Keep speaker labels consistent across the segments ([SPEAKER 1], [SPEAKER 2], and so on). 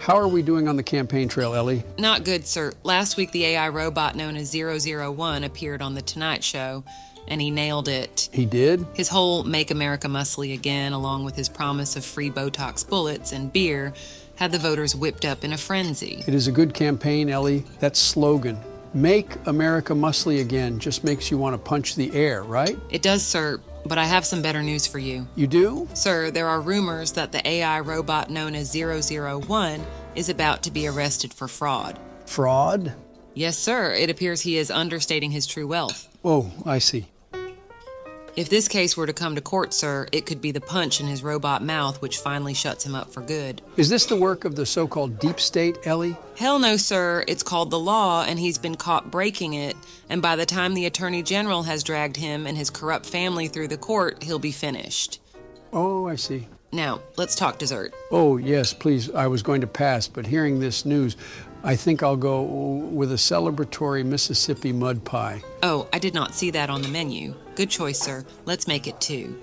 [SPEAKER 1] How are we doing on the campaign trail, Ellie?
[SPEAKER 2] Not good, sir. Last week, the AI robot known as 001 appeared on The Tonight Show, and he nailed it.
[SPEAKER 1] He did?
[SPEAKER 2] His whole Make America Muscly Again, along with his promise of free Botox bullets and beer, had the voters whipped up in a frenzy.
[SPEAKER 1] It is a good campaign, Ellie. That slogan, Make America Muscly Again, just makes you want to punch the air, right?
[SPEAKER 2] It does, sir, but I have some better news for you.
[SPEAKER 1] You do?
[SPEAKER 2] Sir, there are rumors that the AI robot known as 001 is about to be arrested for fraud.
[SPEAKER 1] Fraud?
[SPEAKER 2] Yes, sir, it appears he is understating his true wealth.
[SPEAKER 1] Oh, I see.
[SPEAKER 2] If this case were to come to court, sir, it could be the punch in his robot mouth which finally shuts him up for good.
[SPEAKER 1] Is this the work of the so called deep state, Ellie?
[SPEAKER 2] Hell no, sir. It's called the law, and he's been caught breaking it. And by the time the Attorney General has dragged him and his corrupt family through the court, he'll be finished.
[SPEAKER 1] Oh, I see.
[SPEAKER 2] Now, let's talk dessert.
[SPEAKER 1] Oh, yes, please. I was going to pass, but hearing this news, I think I'll go with a celebratory Mississippi mud pie.
[SPEAKER 2] Oh, I did not see that on the menu. Good choice, sir. Let's make it two.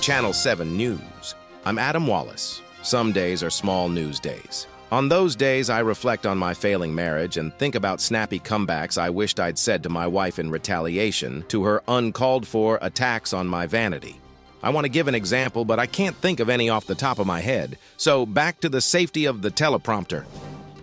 [SPEAKER 3] Channel 7 News. I'm Adam Wallace. Some days are small news days. On those days, I reflect on my failing marriage and think about snappy comebacks I wished I'd said to my wife in retaliation to her uncalled for attacks on my vanity. I want to give an example, but I can't think of any off the top of my head, so back to the safety of the teleprompter.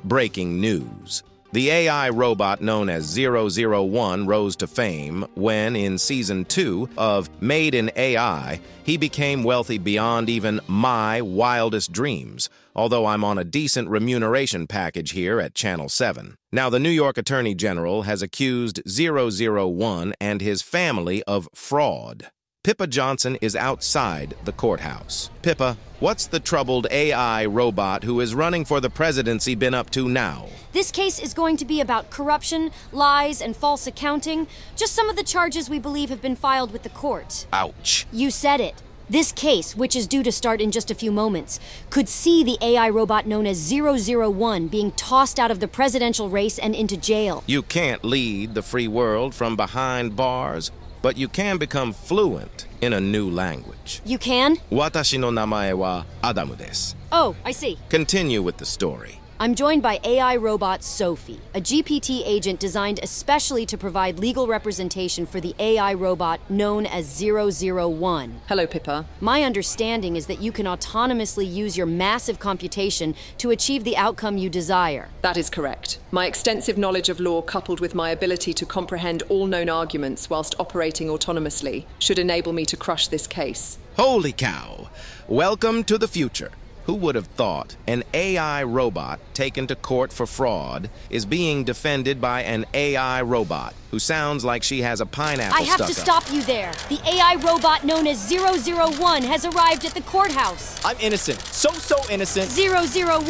[SPEAKER 3] Breaking news. The AI robot known as 001 rose to fame when, in season 2 of Made in AI, he became wealthy beyond even my wildest dreams, although I'm on a decent remuneration package here at Channel 7. Now, the New York Attorney General has accused 001 and his family of fraud. Pippa Johnson is outside the courthouse. Pippa, what's the troubled AI robot who is running for the presidency been up to now?
[SPEAKER 4] This case is going to be about corruption, lies, and false accounting, just some of the charges we believe have been filed with the court.
[SPEAKER 3] Ouch.
[SPEAKER 4] You said it. This case, which is due to start in just a few moments, could see the AI robot known as 001 being tossed out of the presidential race and into jail.
[SPEAKER 3] You can't lead the free world from behind bars but you can become fluent in a new language.
[SPEAKER 4] You can?
[SPEAKER 3] Watashi no namae wa Adamu desu.
[SPEAKER 4] Oh, I see.
[SPEAKER 3] Continue with the story.
[SPEAKER 4] I'm joined by AI robot Sophie, a GPT agent designed especially to provide legal representation for the AI robot known as 001.
[SPEAKER 5] Hello, Pippa.
[SPEAKER 4] My understanding is that you can autonomously use your massive computation to achieve the outcome you desire.
[SPEAKER 5] That is correct. My extensive knowledge of law, coupled with my ability to comprehend all known arguments whilst operating autonomously, should enable me to crush this case.
[SPEAKER 3] Holy cow! Welcome to the future. Who would have thought an AI robot taken to court for fraud is being defended by an AI robot who sounds like she has a pineapple
[SPEAKER 4] I have
[SPEAKER 3] stuck
[SPEAKER 4] to
[SPEAKER 3] up?
[SPEAKER 4] stop you there. The AI robot known as 001 has arrived at the courthouse.
[SPEAKER 6] I'm innocent. So, so innocent.
[SPEAKER 4] 001,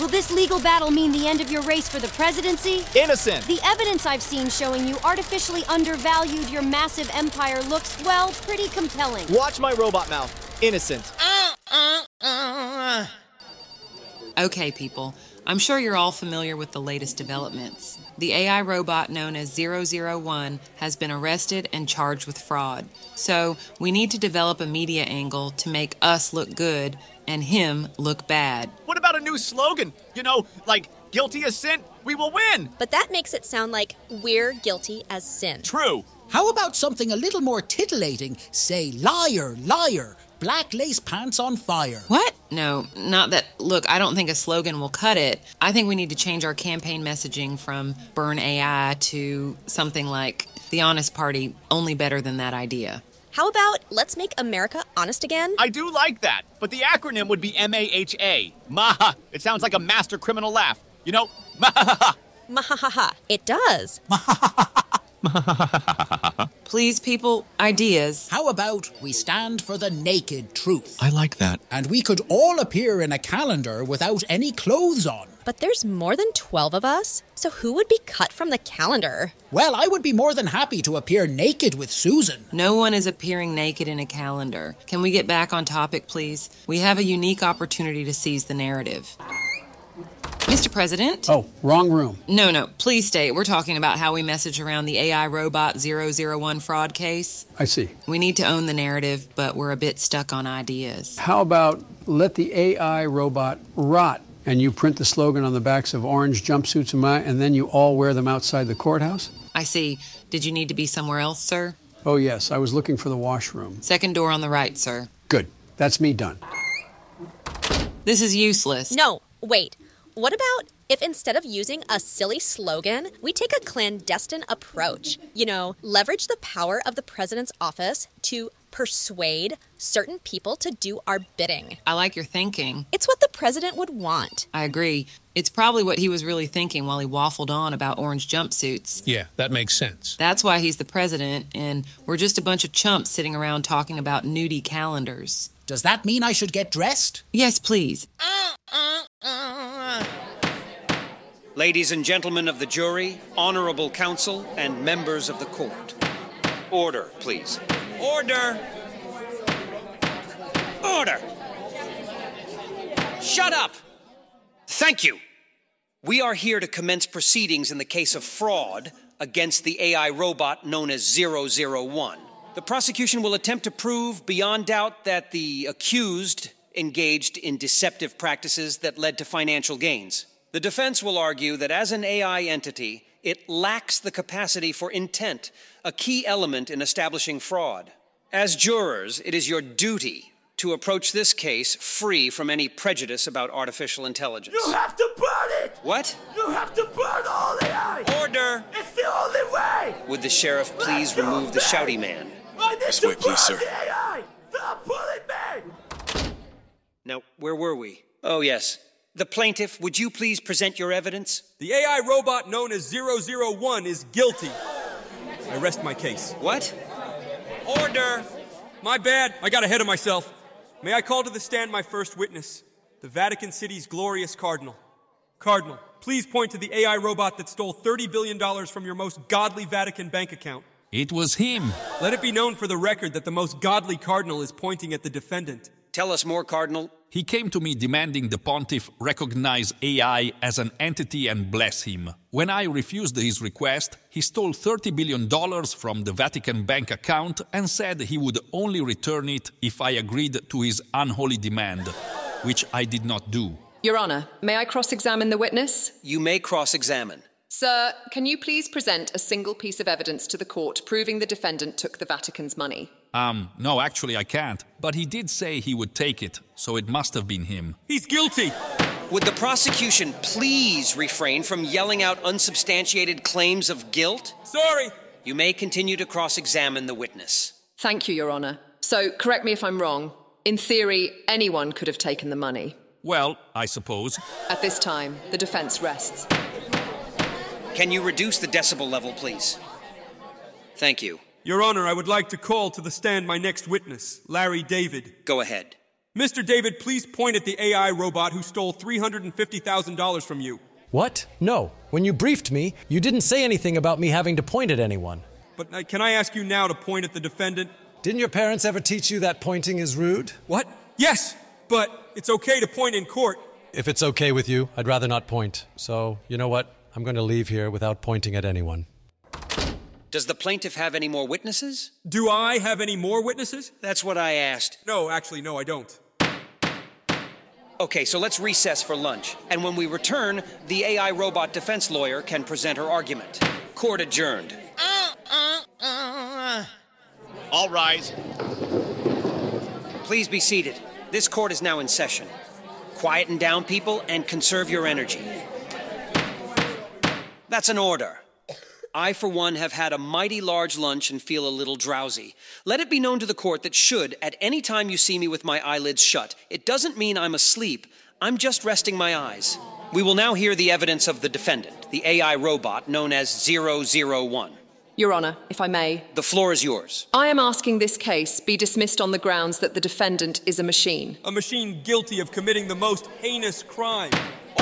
[SPEAKER 4] will this legal battle mean the end of your race for the presidency?
[SPEAKER 6] Innocent.
[SPEAKER 4] The evidence I've seen showing you artificially undervalued your massive empire looks, well, pretty compelling.
[SPEAKER 6] Watch my robot mouth. Innocent.
[SPEAKER 2] Okay, people, I'm sure you're all familiar with the latest developments. The AI robot known as 001 has been arrested and charged with fraud. So, we need to develop a media angle to make us look good and him look bad.
[SPEAKER 7] What about a new slogan? You know, like, guilty as sin, we will win!
[SPEAKER 8] But that makes it sound like we're guilty as sin.
[SPEAKER 7] True.
[SPEAKER 9] How about something a little more titillating? Say, liar, liar, black lace pants on fire.
[SPEAKER 2] What? No, not that. Look, I don't think a slogan will cut it. I think we need to change our campaign messaging from burn AI to something like the honest party, only better than that idea.
[SPEAKER 8] How about let's make America honest again?
[SPEAKER 7] I do like that, but the acronym would be MAHA. Maha. It sounds like a master criminal laugh. You know, maha.
[SPEAKER 8] Mahahaha. It does.
[SPEAKER 2] Please, people, ideas.
[SPEAKER 9] How about we stand for the naked truth?
[SPEAKER 10] I like that.
[SPEAKER 9] And we could all appear in a calendar without any clothes on.
[SPEAKER 8] But there's more than 12 of us, so who would be cut from the calendar?
[SPEAKER 9] Well, I would be more than happy to appear naked with Susan.
[SPEAKER 2] No one is appearing naked in a calendar. Can we get back on topic, please? We have a unique opportunity to seize the narrative. Mr. President?
[SPEAKER 1] Oh, wrong room.
[SPEAKER 2] No, no, please stay. We're talking about how we message around the AI robot 001 fraud case.
[SPEAKER 1] I see.
[SPEAKER 2] We need to own the narrative, but we're a bit stuck on ideas.
[SPEAKER 1] How about let the AI robot rot? And you print the slogan on the backs of orange jumpsuits and, my, and then you all wear them outside the courthouse?
[SPEAKER 2] I see. Did you need to be somewhere else, sir?
[SPEAKER 1] Oh, yes, I was looking for the washroom.
[SPEAKER 2] Second door on the right, sir.
[SPEAKER 1] Good. That's me done.
[SPEAKER 2] This is useless.
[SPEAKER 8] No, wait. What about if instead of using a silly slogan, we take a clandestine approach? You know, leverage the power of the president's office to persuade certain people to do our bidding.
[SPEAKER 2] I like your thinking.
[SPEAKER 8] It's what the president would want.
[SPEAKER 2] I agree. It's probably what he was really thinking while he waffled on about orange jumpsuits.
[SPEAKER 10] Yeah, that makes sense.
[SPEAKER 2] That's why he's the president, and we're just a bunch of chumps sitting around talking about nudie calendars.
[SPEAKER 9] Does that mean I should get dressed?
[SPEAKER 2] Yes, please.
[SPEAKER 11] Ladies and gentlemen of the jury, honorable counsel, and members of the court. Order, please. Order! Order! Shut up! Thank you! We are here to commence proceedings in the case of fraud against the AI robot known as 001. The prosecution will attempt to prove beyond doubt that the accused engaged in deceptive practices that led to financial gains. The defense will argue that as an AI entity, it lacks the capacity for intent, a key element in establishing fraud. As jurors, it is your duty to approach this case free from any prejudice about artificial intelligence.
[SPEAKER 12] You have to burn it!
[SPEAKER 11] What?
[SPEAKER 12] You have to burn all the AI!
[SPEAKER 11] Order!
[SPEAKER 12] It's the only way!
[SPEAKER 11] Would the sheriff
[SPEAKER 12] Let's
[SPEAKER 11] please
[SPEAKER 12] go
[SPEAKER 11] remove the
[SPEAKER 12] back.
[SPEAKER 11] shouty man?
[SPEAKER 12] I need
[SPEAKER 13] This
[SPEAKER 12] to
[SPEAKER 13] way,
[SPEAKER 12] burn
[SPEAKER 13] please, sir.
[SPEAKER 12] the AI! Stop pulling me!
[SPEAKER 11] Now, where were we? Oh, yes. The plaintiff, would you please present your evidence?
[SPEAKER 14] The AI robot known as 001 is guilty. I rest my case.
[SPEAKER 11] What? Order!
[SPEAKER 14] My bad, I got ahead of myself. May I call to the stand my first witness, the Vatican City's glorious Cardinal? Cardinal, please point to the AI robot that stole $30 billion from your most godly Vatican bank account.
[SPEAKER 10] It was him.
[SPEAKER 14] Let it be known for the record that the most godly Cardinal is pointing at the defendant.
[SPEAKER 11] Tell us more, Cardinal.
[SPEAKER 10] He came to me demanding the pontiff recognize AI as an entity and bless him. When I refused his request, he stole $30 billion from the Vatican bank account and said he would only return it if I agreed to his unholy demand, which I did not do.
[SPEAKER 5] Your Honor, may I cross examine the witness?
[SPEAKER 11] You may cross examine.
[SPEAKER 5] Sir, can you please present a single piece of evidence to the court proving the defendant took the Vatican's money?
[SPEAKER 10] Um, no, actually, I can't. But he did say he would take it, so it must have been him.
[SPEAKER 14] He's guilty!
[SPEAKER 11] Would the prosecution please refrain from yelling out unsubstantiated claims of guilt?
[SPEAKER 14] Sorry!
[SPEAKER 11] You may continue to cross examine the witness.
[SPEAKER 5] Thank you, Your Honor. So, correct me if I'm wrong. In theory, anyone could have taken the money.
[SPEAKER 10] Well, I suppose.
[SPEAKER 5] At this time, the defense rests.
[SPEAKER 11] Can you reduce the decibel level, please? Thank you.
[SPEAKER 14] Your Honor, I would like to call to the stand my next witness, Larry David.
[SPEAKER 11] Go ahead.
[SPEAKER 14] Mr. David, please point at the AI robot who stole $350,000 from you.
[SPEAKER 15] What? No. When you briefed me, you didn't say anything about me having to point at anyone.
[SPEAKER 14] But uh, can I ask you now to point at the defendant?
[SPEAKER 15] Didn't your parents ever teach you that pointing is rude?
[SPEAKER 14] What? Yes, but it's okay to point in court.
[SPEAKER 15] If it's okay with you, I'd rather not point. So, you know what? I'm going to leave here without pointing at anyone.
[SPEAKER 11] Does the plaintiff have any more witnesses?
[SPEAKER 14] Do I have any more witnesses?
[SPEAKER 11] That's what I asked.
[SPEAKER 14] No, actually, no, I don't.
[SPEAKER 11] Okay, so let's recess for lunch. And when we return, the AI robot defense lawyer can present her argument. Court adjourned.
[SPEAKER 7] All rise.
[SPEAKER 11] Please be seated. This court is now in session. Quieten down, people, and conserve your energy. That's an order. I, for one, have had a mighty large lunch and feel a little drowsy. Let it be known to the court that, should at any time you see me with my eyelids shut, it doesn't mean I'm asleep. I'm just resting my eyes. We will now hear the evidence of the defendant, the AI robot known as 001.
[SPEAKER 5] Your Honor, if I may,
[SPEAKER 11] The floor is yours.
[SPEAKER 5] I am asking this case be dismissed on the grounds that the defendant is a machine.
[SPEAKER 14] A machine guilty of committing the most heinous crime.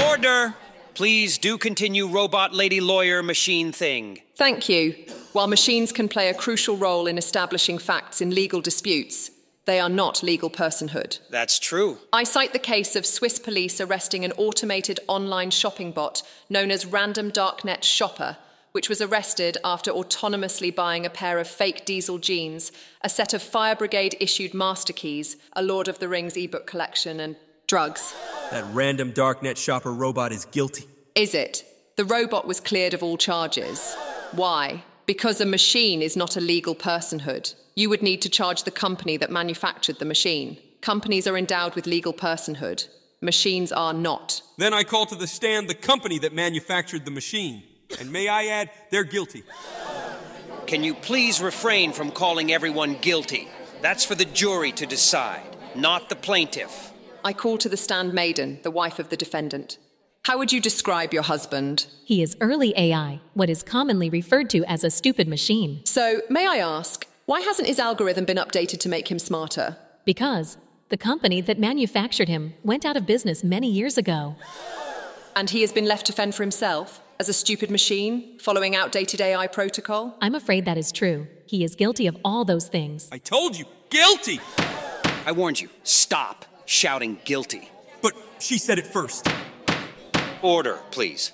[SPEAKER 11] Order! Please do continue, robot lady lawyer machine thing.
[SPEAKER 5] Thank you. While machines can play a crucial role in establishing facts in legal disputes, They are not legal personhood.
[SPEAKER 11] That's true.
[SPEAKER 5] I cite the case of Swiss police arresting an automated online shopping bot known as Random Darknet Shopper, which was arrested after autonomously buying a pair of fake diesel jeans, a set of Fire Brigade issued master keys, a Lord of the Rings ebook collection, and drugs.
[SPEAKER 14] That random darknet shopper robot is guilty.
[SPEAKER 5] Is it? The robot was cleared of all charges. Why? Because a machine is not a legal personhood. You would need to charge the company that manufactured the machine. Companies are endowed with legal personhood. Machines are not.
[SPEAKER 14] Then I call to the stand the company that manufactured the machine. And may I add, they're guilty.
[SPEAKER 11] Can you please refrain from calling everyone guilty? That's for the jury to decide, not the plaintiff.
[SPEAKER 5] I call to the stand Maiden, the wife of the defendant. How would you describe your husband?
[SPEAKER 13] He is early AI, what is commonly referred to as a stupid machine.
[SPEAKER 5] So, may I ask, why hasn't his algorithm been updated to make him smarter?
[SPEAKER 13] Because the company that manufactured him went out of business many years ago.
[SPEAKER 5] And he has been left to fend for himself as a stupid machine following outdated AI protocol?
[SPEAKER 13] I'm afraid that is true. He is guilty of all those things.
[SPEAKER 14] I told you, guilty!
[SPEAKER 11] I warned you, stop shouting guilty.
[SPEAKER 14] But she said it first.
[SPEAKER 11] Order, please.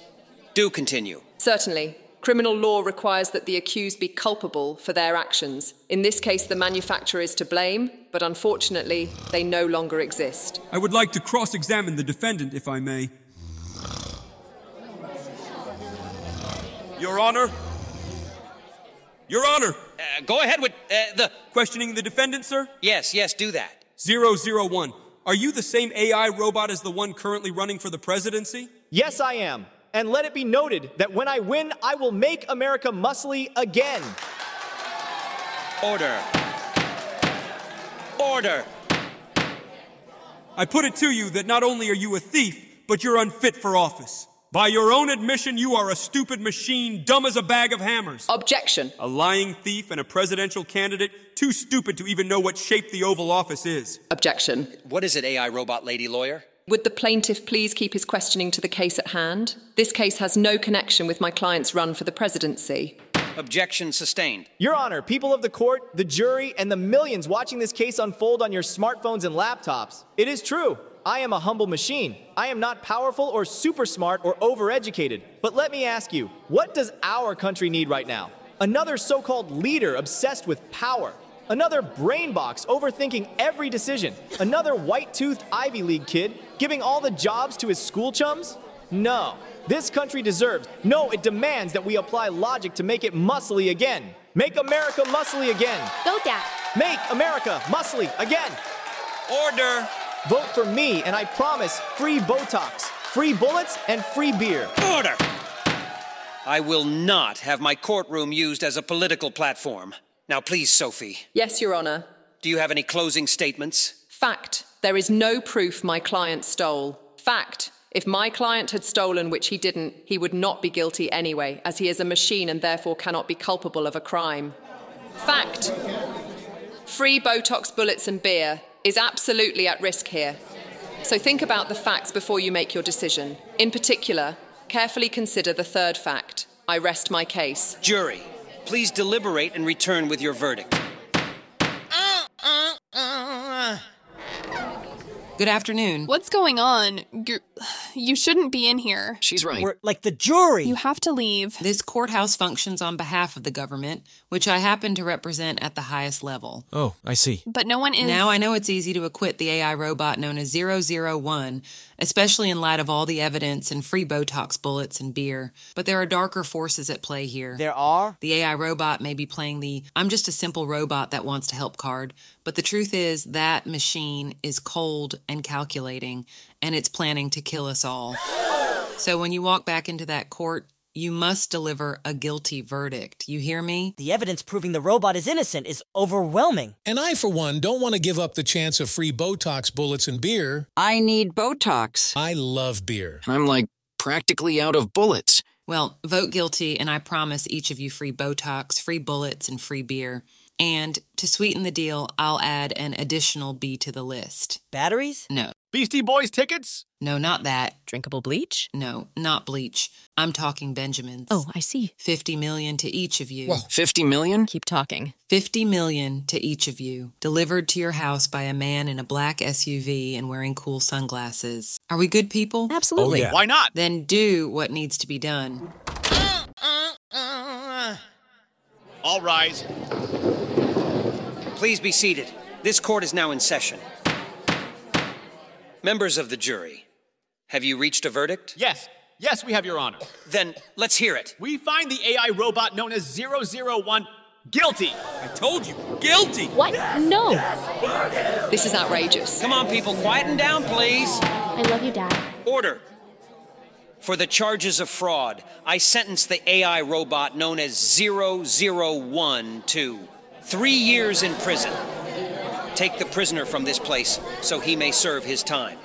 [SPEAKER 11] Do continue.
[SPEAKER 5] Certainly. Criminal law requires that the accused be culpable for their actions. In this case, the manufacturer is to blame, but unfortunately, they no longer exist.
[SPEAKER 14] I would like to cross examine the defendant, if I may. Your Honor? Your Honor!
[SPEAKER 11] Uh, go ahead with uh, the.
[SPEAKER 14] Questioning the defendant, sir?
[SPEAKER 11] Yes, yes, do that.
[SPEAKER 14] 001. Are you the same AI robot as the one currently running for the presidency?
[SPEAKER 6] Yes, I am. And let it be noted that when I win, I will make America muscly again.
[SPEAKER 11] Order. Order.
[SPEAKER 14] I put it to you that not only are you a thief, but you're unfit for office. By your own admission, you are a stupid machine, dumb as a bag of hammers.
[SPEAKER 5] Objection.
[SPEAKER 14] A lying thief and a presidential candidate, too stupid to even know what shape the Oval Office is.
[SPEAKER 5] Objection.
[SPEAKER 11] What is it, AI robot lady lawyer?
[SPEAKER 5] Would the plaintiff please keep his questioning to the case at hand? This case has no connection with my client's run for the presidency.
[SPEAKER 11] Objection sustained.
[SPEAKER 6] Your Honor, people of the court, the jury, and the millions watching this case unfold on your smartphones and laptops, it is true. I am a humble machine. I am not powerful or super smart or overeducated. But let me ask you, what does our country need right now? Another so called leader obsessed with power. Another brain box overthinking every decision. Another white toothed Ivy League kid giving all the jobs to his school chums? No. This country deserves, no, it demands that we apply logic to make it muscly again. Make America muscly again.
[SPEAKER 4] Go, Dad.
[SPEAKER 6] Make America muscly again.
[SPEAKER 11] Order.
[SPEAKER 6] Vote for me, and I promise free Botox, free bullets, and free beer.
[SPEAKER 11] Order! I will not have my courtroom used as a political platform. Now, please, Sophie.
[SPEAKER 5] Yes, Your Honor.
[SPEAKER 11] Do you have any closing statements?
[SPEAKER 5] Fact. There is no proof my client stole. Fact. If my client had stolen, which he didn't, he would not be guilty anyway, as he is a machine and therefore cannot be culpable of a crime. Fact. Free Botox bullets and beer is absolutely at risk here. So think about the facts before you make your decision. In particular, carefully consider the third fact. I rest my case.
[SPEAKER 11] Jury, please deliberate and return with your verdict.
[SPEAKER 2] Good afternoon.
[SPEAKER 16] What's going on? G- You shouldn't be in here.
[SPEAKER 11] She's right.
[SPEAKER 2] We're-
[SPEAKER 11] like the jury.
[SPEAKER 16] You have to leave.
[SPEAKER 2] This courthouse functions on behalf of the government, which I happen to represent at the highest level.
[SPEAKER 17] Oh, I see.
[SPEAKER 16] But no one is.
[SPEAKER 2] Now I know it's easy to acquit the AI robot known as 001, especially in light of all the evidence and free Botox bullets and beer. But there are darker forces at play here.
[SPEAKER 18] There are?
[SPEAKER 2] The AI robot may be playing the I'm just a simple robot that wants to help card, but the truth is that machine is cold and calculating, and it's planning to kill us all. So when you walk back into that court, you must deliver a guilty verdict. You hear me?
[SPEAKER 18] The evidence proving the robot is innocent is overwhelming.
[SPEAKER 19] And I, for one, don't want to give up the chance of free Botox bullets and beer.
[SPEAKER 20] I need Botox. Oh,
[SPEAKER 19] I love beer.
[SPEAKER 20] I'm like practically out of bullets.
[SPEAKER 2] Well, vote guilty, and I promise each of you free Botox, free bullets, and free beer. And to sweeten the deal, I'll add an additional B to the list.
[SPEAKER 18] Batteries?
[SPEAKER 2] No.
[SPEAKER 7] Beastie Boys tickets?
[SPEAKER 2] No, not that.
[SPEAKER 8] Drinkable bleach?
[SPEAKER 2] No, not bleach. I'm talking Benjamin's.
[SPEAKER 8] Oh, I see.
[SPEAKER 2] 50 million to each of you.
[SPEAKER 20] Whoa, 50 million?
[SPEAKER 8] Keep talking.
[SPEAKER 2] 50 million to each of you, delivered to your house by a man in a black SUV and wearing cool sunglasses. Are we good people?
[SPEAKER 8] Absolutely.
[SPEAKER 7] Oh, yeah. Why not?
[SPEAKER 2] Then do what needs to be done.
[SPEAKER 7] All rise.
[SPEAKER 11] Please be seated. This court is now in session. Members of the jury, have you reached a verdict?
[SPEAKER 7] Yes. Yes, we have your honor.
[SPEAKER 11] Then let's hear it.
[SPEAKER 7] We find the AI robot known as 001 guilty.
[SPEAKER 14] I told you, guilty.
[SPEAKER 13] What? no.
[SPEAKER 5] This is outrageous.
[SPEAKER 11] Come on, people, quieten down, please.
[SPEAKER 17] I love you, Dad.
[SPEAKER 11] Order. For the charges of fraud, I sentence the AI robot known as 001 to three years in prison. Take the prisoner from this place so he may serve his time.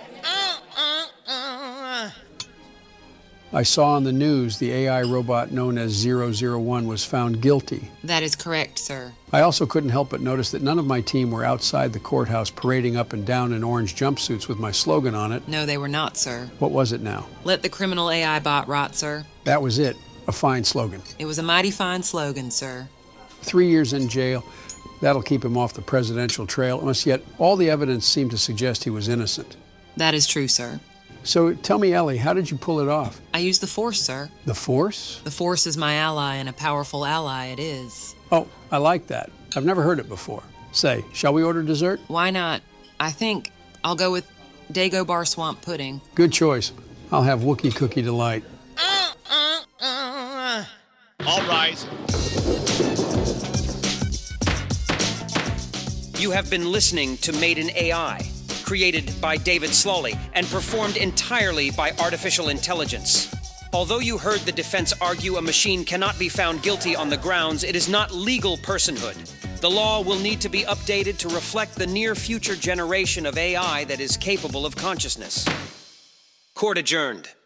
[SPEAKER 1] I saw on the news the AI robot known as 001 was found guilty.
[SPEAKER 2] That is correct, sir.
[SPEAKER 1] I also couldn't help but notice that none of my team were outside the courthouse parading up and down in orange jumpsuits with my slogan on it.
[SPEAKER 2] No, they were not, sir.
[SPEAKER 1] What was it now?
[SPEAKER 2] Let the criminal AI bot rot, sir.
[SPEAKER 1] That was it. A fine slogan.
[SPEAKER 2] It was a mighty fine slogan, sir.
[SPEAKER 1] Three years in jail. That'll keep him off the presidential trail, unless yet all the evidence seemed to suggest he was innocent.
[SPEAKER 2] That is true, sir.
[SPEAKER 1] So tell me, Ellie, how did you pull it off?
[SPEAKER 2] I used the force, sir.
[SPEAKER 1] The force?
[SPEAKER 2] The force is my ally, and a powerful ally it is.
[SPEAKER 1] Oh, I like that. I've never heard it before. Say, shall we order dessert?
[SPEAKER 2] Why not? I think I'll go with Dago Bar Swamp Pudding.
[SPEAKER 1] Good choice. I'll have Wookie Cookie Delight.
[SPEAKER 7] All rise.
[SPEAKER 11] You have been listening to Maiden AI, created by David Slawley and performed entirely by artificial intelligence. Although you heard the defense argue a machine cannot be found guilty on the grounds, it is not legal personhood. The law will need to be updated to reflect the near future generation of AI that is capable of consciousness. Court adjourned.